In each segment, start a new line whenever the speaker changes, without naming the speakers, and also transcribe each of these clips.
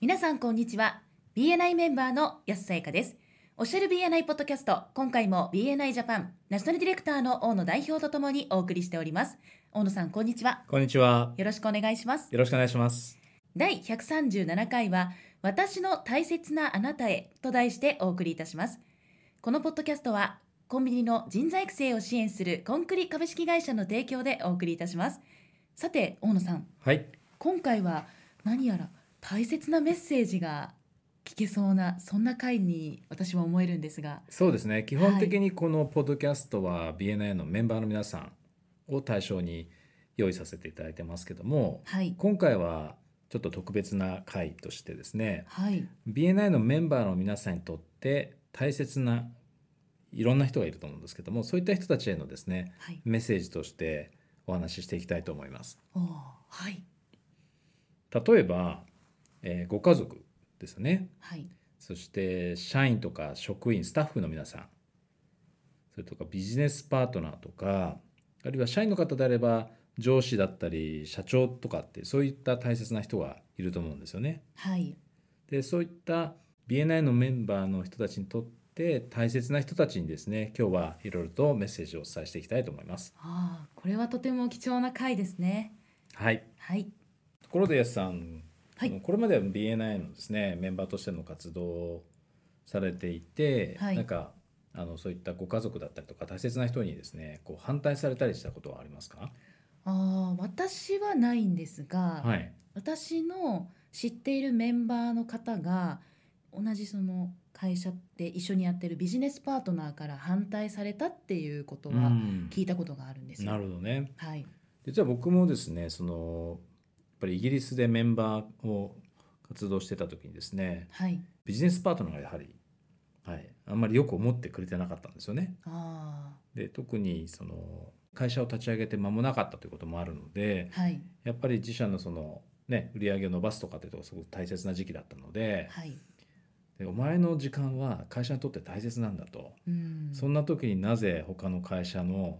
皆さんこんにちは BNI メンバーの安さやかですおっしゃる BNI ポッドキャスト今回も BNI ジャパンナショナルディレクターの大野代表とともにお送りしております大野さんこんにちは
こんにちは。
よろしくお願いします
よろしくお願いします。
第137回は「私の大切なあなたへ」と題してお送りいたしますこのポッドキャストはコンビニの人材育成を支援するコンクリ株式会社の提供でお送りいたしますさて大野さん
はい。
今回は何やら大切なメッセージが聞けそうなそんな回に私は思えるんですが
そうですね。基本的にこのポッドキャストは BNI のメンバーの皆さんを対象に用意させていただいてますけども、
はい
今回はちょっと特別な回としてですね、
はい
BNI のメンバーの皆さんにとって大切ないろんな人がいると思うんですけども、そういった人たちへのですね、
はい
メッセージとしてお話ししていきたいと思います。
おーはい
例えば、えーご家族ですね。
はい
そして社員とか職員スタッフの皆さんそれとかビジネスパートナーとかあるいは社員の方であれば上司だったり社長とかってそういった大切な人がいると思うんですよね。
はい
でそういった BNI のメンバーの人たちにとって大切な人たちにですね今日はいろいろとメッセージをお伝えしていきたいと思います。
あーこれはとても貴重な回ですね
はい、
はい
ところで安さん、
はい
あのこれまでは BNI のですねメンバーとしての活動をされていて、
はい
なんかあのそういったご家族だったりとか大切な人にですねこう反対されたりしたことはありますか
あー私はないんですが、
はい
私の知っているメンバーの方が同じその会社で一緒にやってるビジネスパートナーから反対されたっていうこと
う
は
ん
聞いたことがあるんですよ。
なるほどね
はい、
実は僕もですねそのやっぱりイギリスでメンバーを活動してた時にですね
はい、
ビジネスパートナーがやはり、はい、あんまりよく思ってくれてなかったんですよね。
あ
で特にその会社を立ち上げて間もなかったということもあるので、
ーはい、
やっぱり自社のそのね売り上げを伸ばすとかっていうところがすごく大切な時期だったので,、
はい、
でお前の時間は会社にとって大切なんだと、
うん、
そんな時になぜ他の会社の、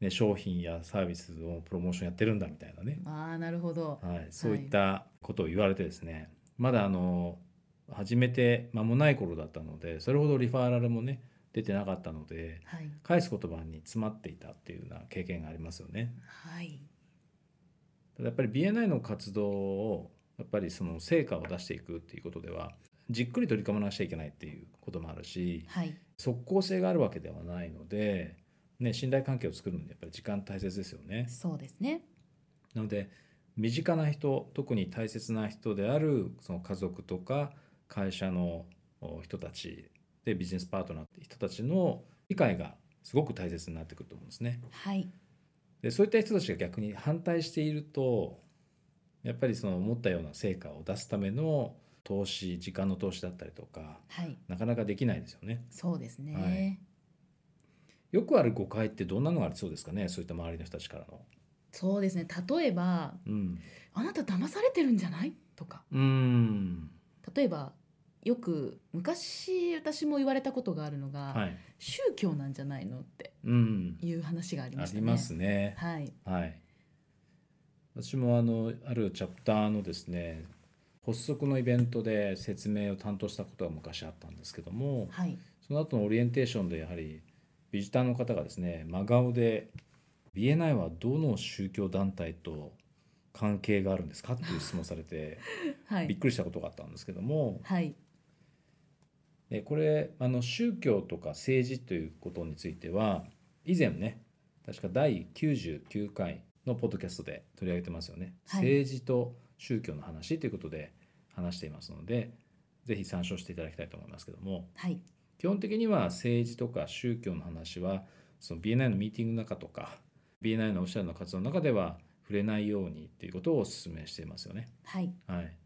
ね、商品やサービスをプロモーションやってるんだみたいなね、
ああなるほど、
はい、そういったことを言われてですね、まだあの始めて間もない頃だったのでそれほどリファーラルもね出てなかったので
はい、
返す言葉に詰まっていたっていうような経験がありますよね。
はい、
ただやっぱり BNI の活動をやっぱりその成果を出していくっていうことではじっくり取り組まなくちゃいけないっていうこともあるし
はい、
即効性があるわけではないので、ね、信頼関係を作るのにやっぱり時間大切ですよね。
そうですね、
なので身近な人特に大切な人であるその家族とか会社のお人たちでビジネスパートナーって人たちの理解がすごく大切になってくると思うんですね。
はい、
でそういった人たちが逆に反対しているとやっぱりその思ったような成果を出すための投資時間の投資だったりとか
はい、
なかなかできないですよね
そうですね、
はいよくある誤解ってどんなのがありそうですかねそういった周りの人たちからの
そうですね。例えば
うん
あなた騙されてるんじゃないとか。
うーん
例えばよく昔私も言われたことがあるのが、
はい
宗教なんじゃないのって
うん
いう話がありま
あ
したね。
りますね
はい
はい私もあのあるチャプターのですね発足のイベントで説明を担当したことが昔あったんですけども、
はい
その後のオリエンテーションでやはりビジターの方がですね真顔で「BNI はどの宗教団体と関係があるんですか?」っていう質問をされて
はい
びっくりしたことがあったんですけども
はい
でこれあの宗教とか政治ということについては以前ね確か第99回のポッドキャストで取り上げてますよね、
はい
政治と宗教の話ということで話していますのでぜひ参照していただきたいと思いますけども。
はい
基本的には政治とか宗教の話はその BNI のミーティングの中とか BNI のオフィシャルの活動の中では触れないようにっていうことをお勧めしていますよね。
はい
はい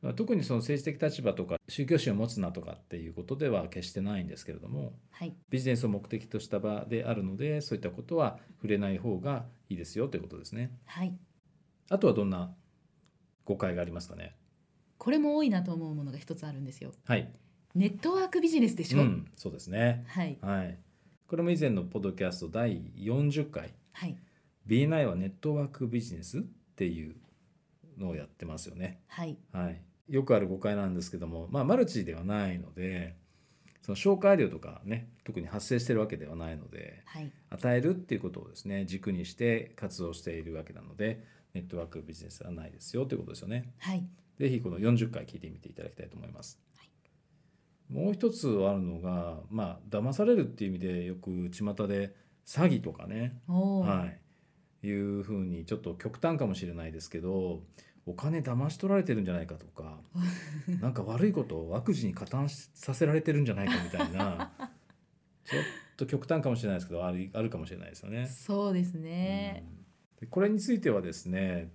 まあ特にその政治的立場とか宗教心を持つなとかっていうことでは決してないんですけれども
はい
ビジネスを目的とした場であるのでそういったことは触れない方がいいですよということですね。
はい
あとはどんな誤解がありますかね
これも多いなと思うものが一つあるんですよ。
はい、
ネットワークビジネスでし
う
ょ。
ん、そうですね、
はい
はい、これも以前のポッドキャスト第40回
はい
B9 はネットワークビジネスっていうのをやってますよね。
はい
はい、よくある誤解なんですけども、まあ、マルチではないのでその消化量とかね特に発生してるわけではないので
はい、
与えるっていうことをですね軸にして活動しているわけなのでネットワークビジネスはないですよということですよね。
はい、
ぜひこの40回聞いてみていただきたいと思います。もう一つあるのが、まあ騙されるっていう意味でよく巷で詐欺とかね、
おお、
はい、いうふうにちょっと極端かもしれないですけどお金騙し取られてるんじゃないかと かなんか悪いことを悪事に加担しさせられてるんじゃないかみたいなちょっと極端かもしれないですけどあるあるかもしれないですよね。
そうですね。
うんでこれについてはですね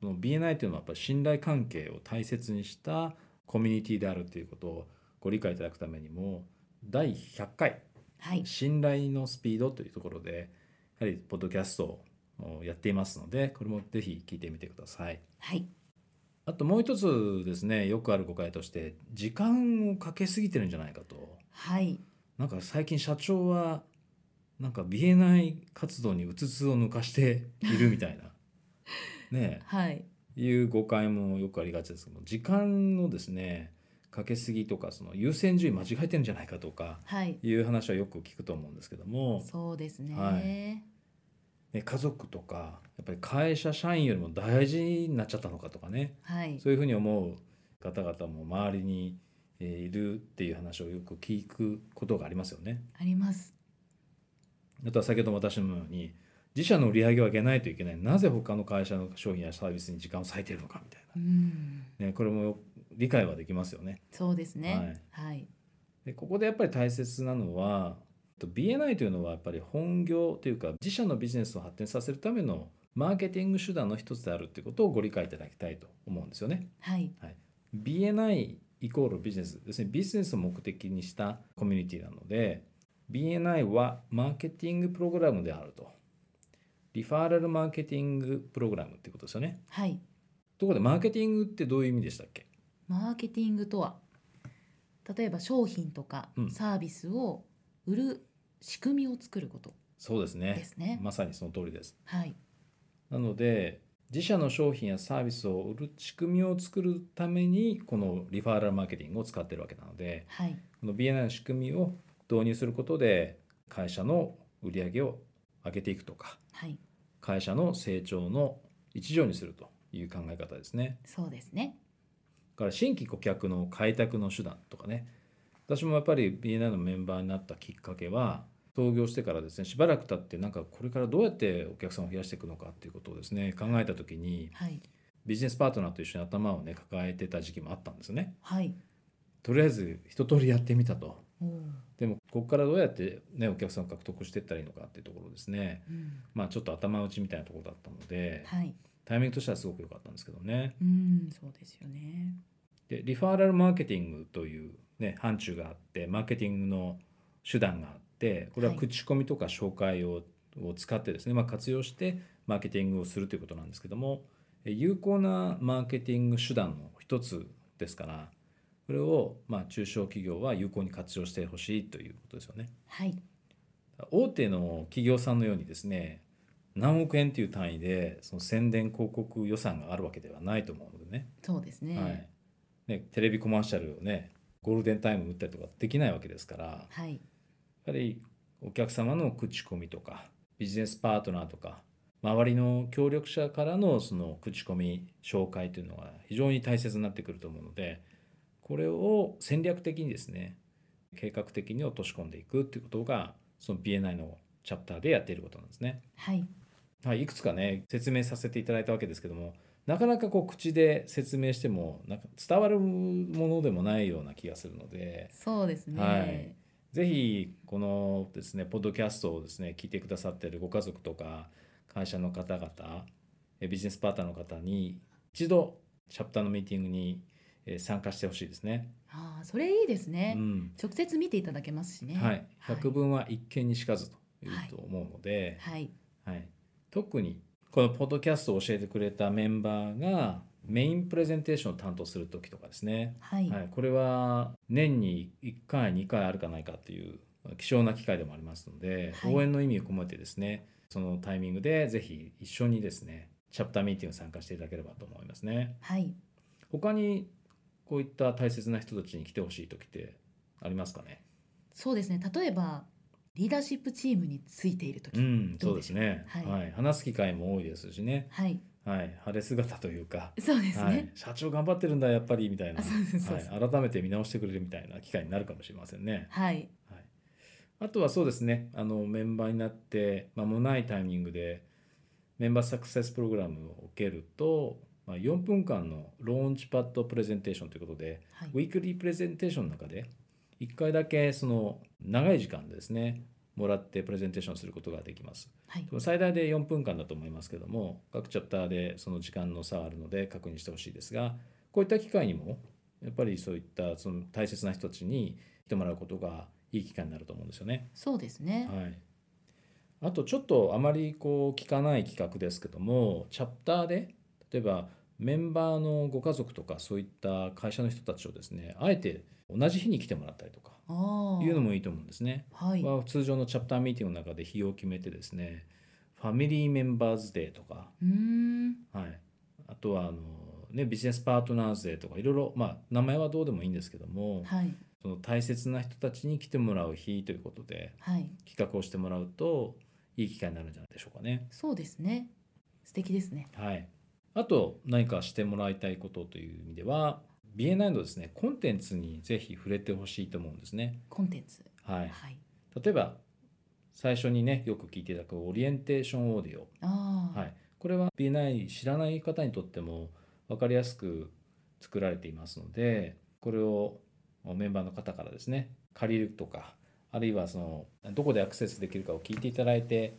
この BNI というのはやっぱり信頼関係を大切にしたコミュニティであるということをご理解いただくためにも第100回
はい、
信頼のスピードというところでやはりポッドキャストをやっていますのでこれもぜひ聞いてみてください。
はい、
あともう一つですねよくある誤解として時間をかけすぎてるんじゃないかと
はい、
なんか最近社長はなんか BNI 活動にうつつを抜かしているみたいなね
はい、
えいう誤解もよくありがちですけども時間のですねかけすぎとかその優先順位間違えてるんじゃないかとか
はい、
いう話はよく聞くと思うんですけども、
そうですね。
はね、家族とかやっぱり会社社員よりも大事になっちゃったのかとかね
はい、
そういうふうに思う方々も周りにえーいるっていう話をよく聞くことがありますよね。
あります。
あとは先ほども私のように自社の売り上げを上げないといけないなぜ他の会社の商品やサービスに時間を割いているのかみたい
うん、
な、ね、これも理解はできますよね。
そうですね。はい、
でここでやっぱり大切なのはえっと BNI というのはやっぱり本業というか自社のビジネスを発展させるためのマーケティング手段の一つであるということをご理解いただきたいと思うんですよね。
はい、
BNI イコールビジネスですねビジネスを目的にしたコミュニティなので BNI はマーケティングプログラムであるとリファーラルマーケティングプログラムっていうことですよね
はい、
ところでマーケティングってどういう意味でしたっけ
マーケティングとは。例えば商品とか
うん
サービスを売る仕組みを作ること
そうですね
ですね。
まさにその通りです
はい、
なので自社の商品やサービスを売る仕組みを作るためにこのリファーラルマーケティングを使ってるわけなので
はい、
この BNI の仕組みを導入することで会社の売り上げを上げていくとか
はい、
会社の成長の一助にするという考え方ですね。
そうですね。
だから新規顧客の開拓の手段とかね私もやっぱり BNI のメンバーになったきっかけは創業してからですねしばらく経ってなんかこれからどうやってお客さんを増やしていくのかっていうことをですね考えた時に
はい、
ビジネスパートナーと一緒に頭をね抱えてた時期もあったんですよね。
はい、
とりあえず一通りやってみたと
おお、
でもここからどうやって、ね、お客さんを獲得していったらいいのかっていうところですね、
うん、
まあ、ちょっと頭打ちみたいなところだったので、
はい、
タイミングとしてはすごく良かったんですけどね
うん、そうですよね。
でリファーラルマーケティングという、ね、範疇があってマーケティングの手段があってこれは
はい
口コミとか紹介を,、を使ってですね、まあ、活用してマーケティングをするということなんですけどもえ有効なマーケティング手段の一つですからこれをまあ中小企業は有効に活用してほしいということですよね。
はい、
大手の企業さんのようにですね何億円という単位でその宣伝広告予算があるわけではないと思うのでね,、
そうですね。
はい、ねテレビコマーシャルをねゴールデンタイム打ったりとかできないわけですからやっ
はい、
ぱりお客様の口コミとかビジネスパートナーとか周りの協力者からのその口コミ紹介というのが非常に大切になってくると思うのでこれを戦略的にですね計画的に落とし込んでいくっていうことがその BNI のチャプターでやっていることなんですね。
はい、
はい、いくつかね説明させていただいたわけですけどもなかなかこう口で説明してもなんか伝わるものでもないような気がするので
そうですね。
はいぜひこのですねポッドキャストをですね聞いてくださっているご家族とか会社の方々えビジネスパートナーの方に一度チャプターのミーティングにえ参加してほしいですね。
ああ、それいいですね、
うん
直接見ていただけますしね。
はい、
は
百
い、
聞は一見にしかずというと思うので、
はい、
はい特にこのポッドキャストを教えてくれたメンバーがメインプレゼンテーションを担当する時とかですね、
はい、
はい、これは年に1回2回あるかないかっていう希少な機会でもありますので、
はい
応援の意味を込めてですねそのタイミングでぜひ一緒にですねチャプターミーティングに参加していただければと思いますね。
はい
他にこういった大切な人たちに来てほしい時ってありますかね
そうですね例えばリーダーシップチームについている時、
うん
ど
そうう
でし
です
ょ
ね、
はい
はい、話す機会も多いですしね、
はい
はい、晴れ姿というか、
そうですね、
はい、社長頑張ってるんだやっぱりみたいな
あそうですそうです
はい、改めて見直してくれるみたいな機会になるかもしれませんね。
はい
はい、あとはそうですねあのメンバーになって間もないタイミングでメンバーサクセスプログラムを受けると、まあ、4分間のローンチパッドプレゼンテーションということで
はい
ウィークリープレゼンテーションの中で1回だけその長い時間ですねもらってプレゼンテーションすることができます。
はい
最大で4分間だと思いますけども各チャプターでその時間の差はあるので確認してほしいですがこういった機会にもやっぱりそういったその大切な人たちに来てもらうことがいい機会になると思うんですよね。
そうですね
はい、あとちょっとあまりこう聞かない企画ですけどもチャプターで例えばメンバーのご家族とかそういった会社の人たちをですねあえて同じ日に来てもらったりとか
ああ
いうのもいいと思うんですね。
はい
は通常のチャプターミーティングの中で日を決めてですねファミリーメンバーズデーとか、
うーん
はい、あとはあの、ね、ビジネスパートナーズデーとかいろいろ、まあ、名前はどうでもいいんですけども、
はい
その大切な人たちに来てもらう日ということで
はい
企画をしてもらうといい機会になるんじゃないでしょうかね。
そうですね素敵ですね
はい、あと何かしてもらいたいことという意味では BNI のですねコンテンツにぜひ触れてほしいと思うんですね。
コンテンツ
はい、
はい
例えば最初にねよく聞いていただくオリエンテーションオーディオ、
ああ
はい、これは BNI 知らない方にとっても分かりやすく作られていますのでこれをメンバーの方からですね借りるとかあるいはそのどこでアクセスできるかを聞いていただいて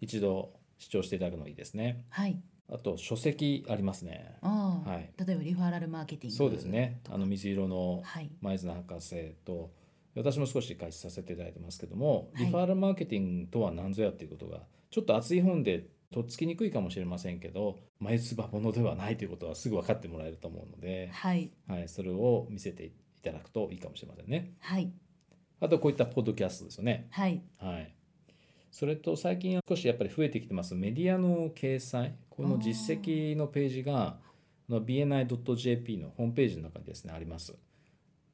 一度視聴していただくのがいいですね
はい
あと書籍ありますね
ああ、
はい
例えばリファーラルマーケティング
そうですね
とか
あの水色の
はい
前綱博士と私も少し開始させていただいてますけども、
はい
リファーラルマーケティングとは何ぞやっていうことがちょっと熱い本でとっつきにくいかもしれませんけど眉唾ものではないということはすぐ分かってもらえると思うので、
はい
はい、それを見せていただくといいかもしれませんね。
はい
あとこういったポッドキャストですよね。
はい
はい、それと最近は少しやっぱり増えてきてますメディアの掲載この実績のページがあの bni.jp のホームページの中にですねあります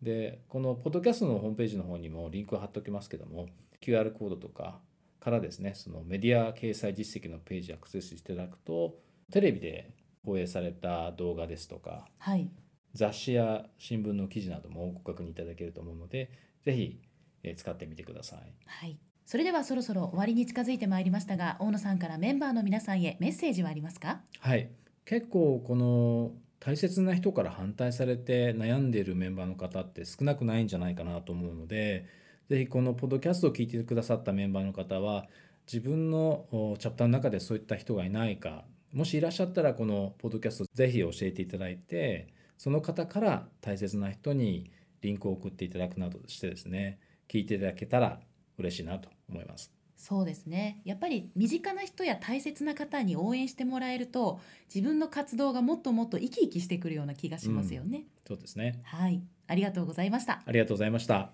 でこのポッドキャストのホームページの方にもリンクを貼っておきますけども QR コードとかからですねそのメディア掲載実績のページアクセスしていただくとテレビで放映された動画ですとか
はい
雑誌や新聞の記事などもご確認いただけると思うのでぜひえー使ってみてください。
はいそれではそろそろ終わりに近づいてまいりましたが大野さんからメンバーの皆さんへメッセージはありますか
はい、結構この大切な人から反対されて悩んでいるメンバーの方って少なくないんじゃないかなと思うのでぜひこのポッドキャストを聞いてくださったメンバーの方は自分のおチャプターの中でそういった人がいないかもしいらっしゃったらこのポッドキャストぜひ教えていただいてその方から大切な人にリンクを送っていただくなどしてですね聞いていただけたら嬉しいなと思います。
そうですねやっぱり身近な人や大切な方に応援してもらえると自分の活動がもっともっと生き生きしてくるような気がしますよね、
そうですね。
はいありがとうございました
ありがとうございました。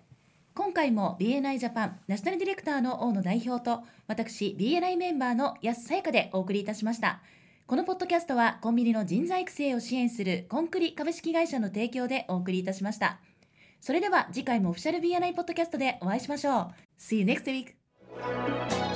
今回も BNI ジャパンナショナルディレクターの大野代表と私 BNI メンバーの安さやかでお送りいたしましたこのポッドキャストはコンビニの人材育成を支援するコンクリ株式会社の提供でお送りいたしましたそれでは次回もオフィシャル BNI ポッドキャストでお会いしましょう See you next week